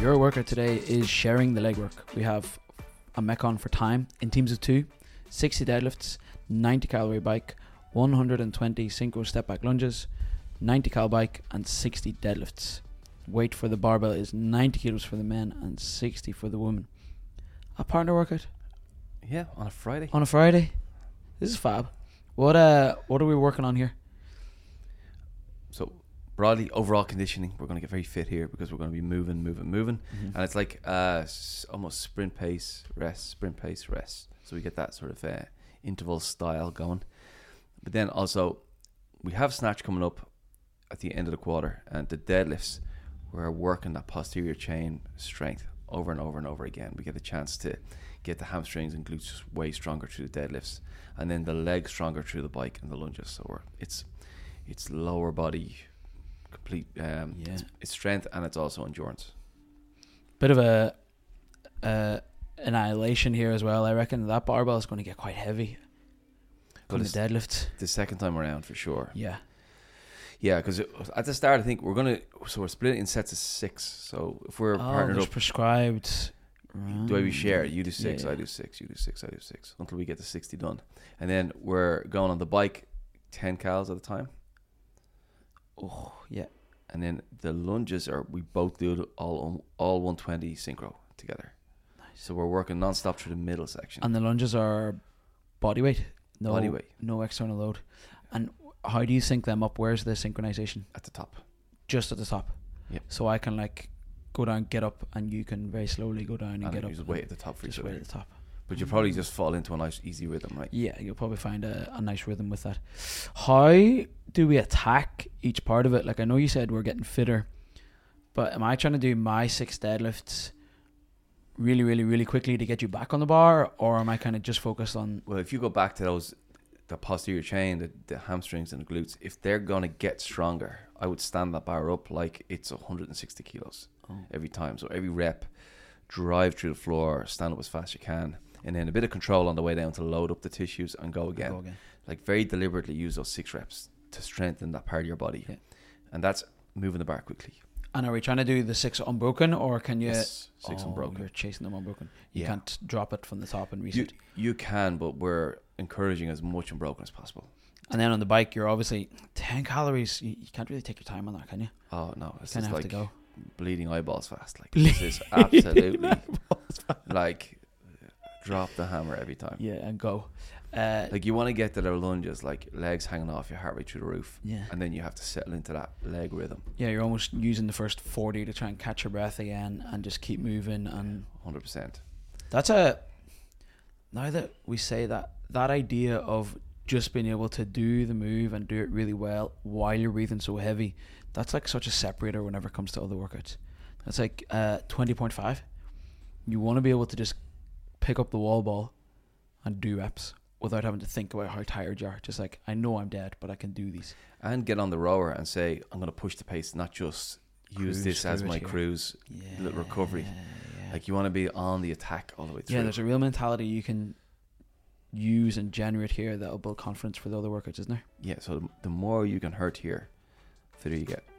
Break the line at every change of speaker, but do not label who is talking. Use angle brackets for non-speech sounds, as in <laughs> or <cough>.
Your workout today is sharing the leg work. We have a Mekon for time in teams of two, 60 deadlifts, 90 calorie bike, 120 synchro step back lunges, 90 cal bike, and 60 deadlifts. Weight for the barbell is 90 kilos for the men and 60 for the women. A partner workout
Yeah, on a Friday.
on a Friday. This is fab. What uh, what are we working on here?
So broadly, overall conditioning, we're going to get very fit here because we're going to be moving, moving, moving, and it's like uh, s- almost sprint pace, rest, sprint pace, rest. So we get that sort of uh, interval style going. But then also, we have snatch coming up at the end of the quarter, and the deadlifts, we're working that posterior chain strength over and over and over again. We get a chance to get the hamstrings and glutes just way stronger through the deadlifts, and then the legs stronger through the bike and the lunges. So we're, it's it's lower body complete um
Yeah.
it's, it's strength and it's also endurance
Bit of a uh, annihilation here as well. I reckon that barbell is going to get quite heavy.
Well,
Come the
it's
deadlift.
the second time around for sure
Yeah.
yeah because at the start i think we're gonna so we're split in sets of six so if we're partnered
Oh, there's
up
prescribed.
the way we share you do
Yeah,
six i
yeah.
do six you do six i do six until we get to 60 done and then we're going on the bike 10 cals at a time
Oh yeah,
and then the lunges are we both do it all on all 120 synchro together so we're working non-stop through the middle section
and the lunges are body weight. No
Body weight.
No external load. And how do you sync them up? Where's the synchronization?
at the top
Just at the top.
Yep.
So I can like go down, get up, and you can very slowly go down and,
and,
get up.
you just
and
wait at the top for
just
each
wait Mm.
other
at the top.
But you'll probably just fall into a nice, easy rhythm, right?
Yeah, you'll probably find a, a nice rhythm with that. How do we attack each part of it? Like I know you said we're getting fitter, but am I trying to do my six deadlifts really, really, really quickly to get you back on the bar, or am I kind of just focused on
Well, if you go back to those, the posterior chain, the, the hamstrings and the glutes, if they're going to get stronger, I would stand that bar up like it's 160 kilos
oh,
every time. So every rep, drive through the floor, stand up as fast as you can, and then a bit of control on the way down to load up the tissues and go again.
Go again.
Like very deliberately use those six reps to strengthen that part of your body.
Yeah.
And that's moving the bar quickly.
And are we trying to do the six unbroken, or can you
Yes, six
Oh,
unbroken.
You're chasing them unbroken. You
Yeah.
can't drop it from the top and
You,
reset.
you can, but we're encouraging as much unbroken as possible.
and then on the bike, you're obviously ten calories. You, you can't really take your time on that, can you?
Oh no, it's
Kind
just
of have to go.
like bleeding eyeballs fast. Like this is
<laughs>
absolutely like drop the hammer every time.
Yeah, and go. Uh,
Like you want to get to the lunges, like legs hanging off your heart rate through the roof,
yeah.
and then you have to settle into that leg rhythm,
Yeah, you're almost using the first 40 to try and catch your breath again and just keep moving. And
hundred percent.
that's a. Now that we say that, that idea of just being able to do the move and do it really well while you're breathing so heavy, that's like such a separator whenever it comes to other workouts. That's like uh, 20.5. You want to be able to just pick up the wall ball and do reps without having to think about how tired you are. Just like, I know I'm dead, but I can do these.
And get on the rower and say, I'm going to push the pace, not just use
Cruise
this as
through it
my
here."
cruise
Yeah.
little recovery. Like you want to be on the attack all the way through.
Yeah, there's a real mentality you can use and generate here that'll build confidence for the other workouts, isn't there?
Yeah, so the more you can hurt here, the fitter you get.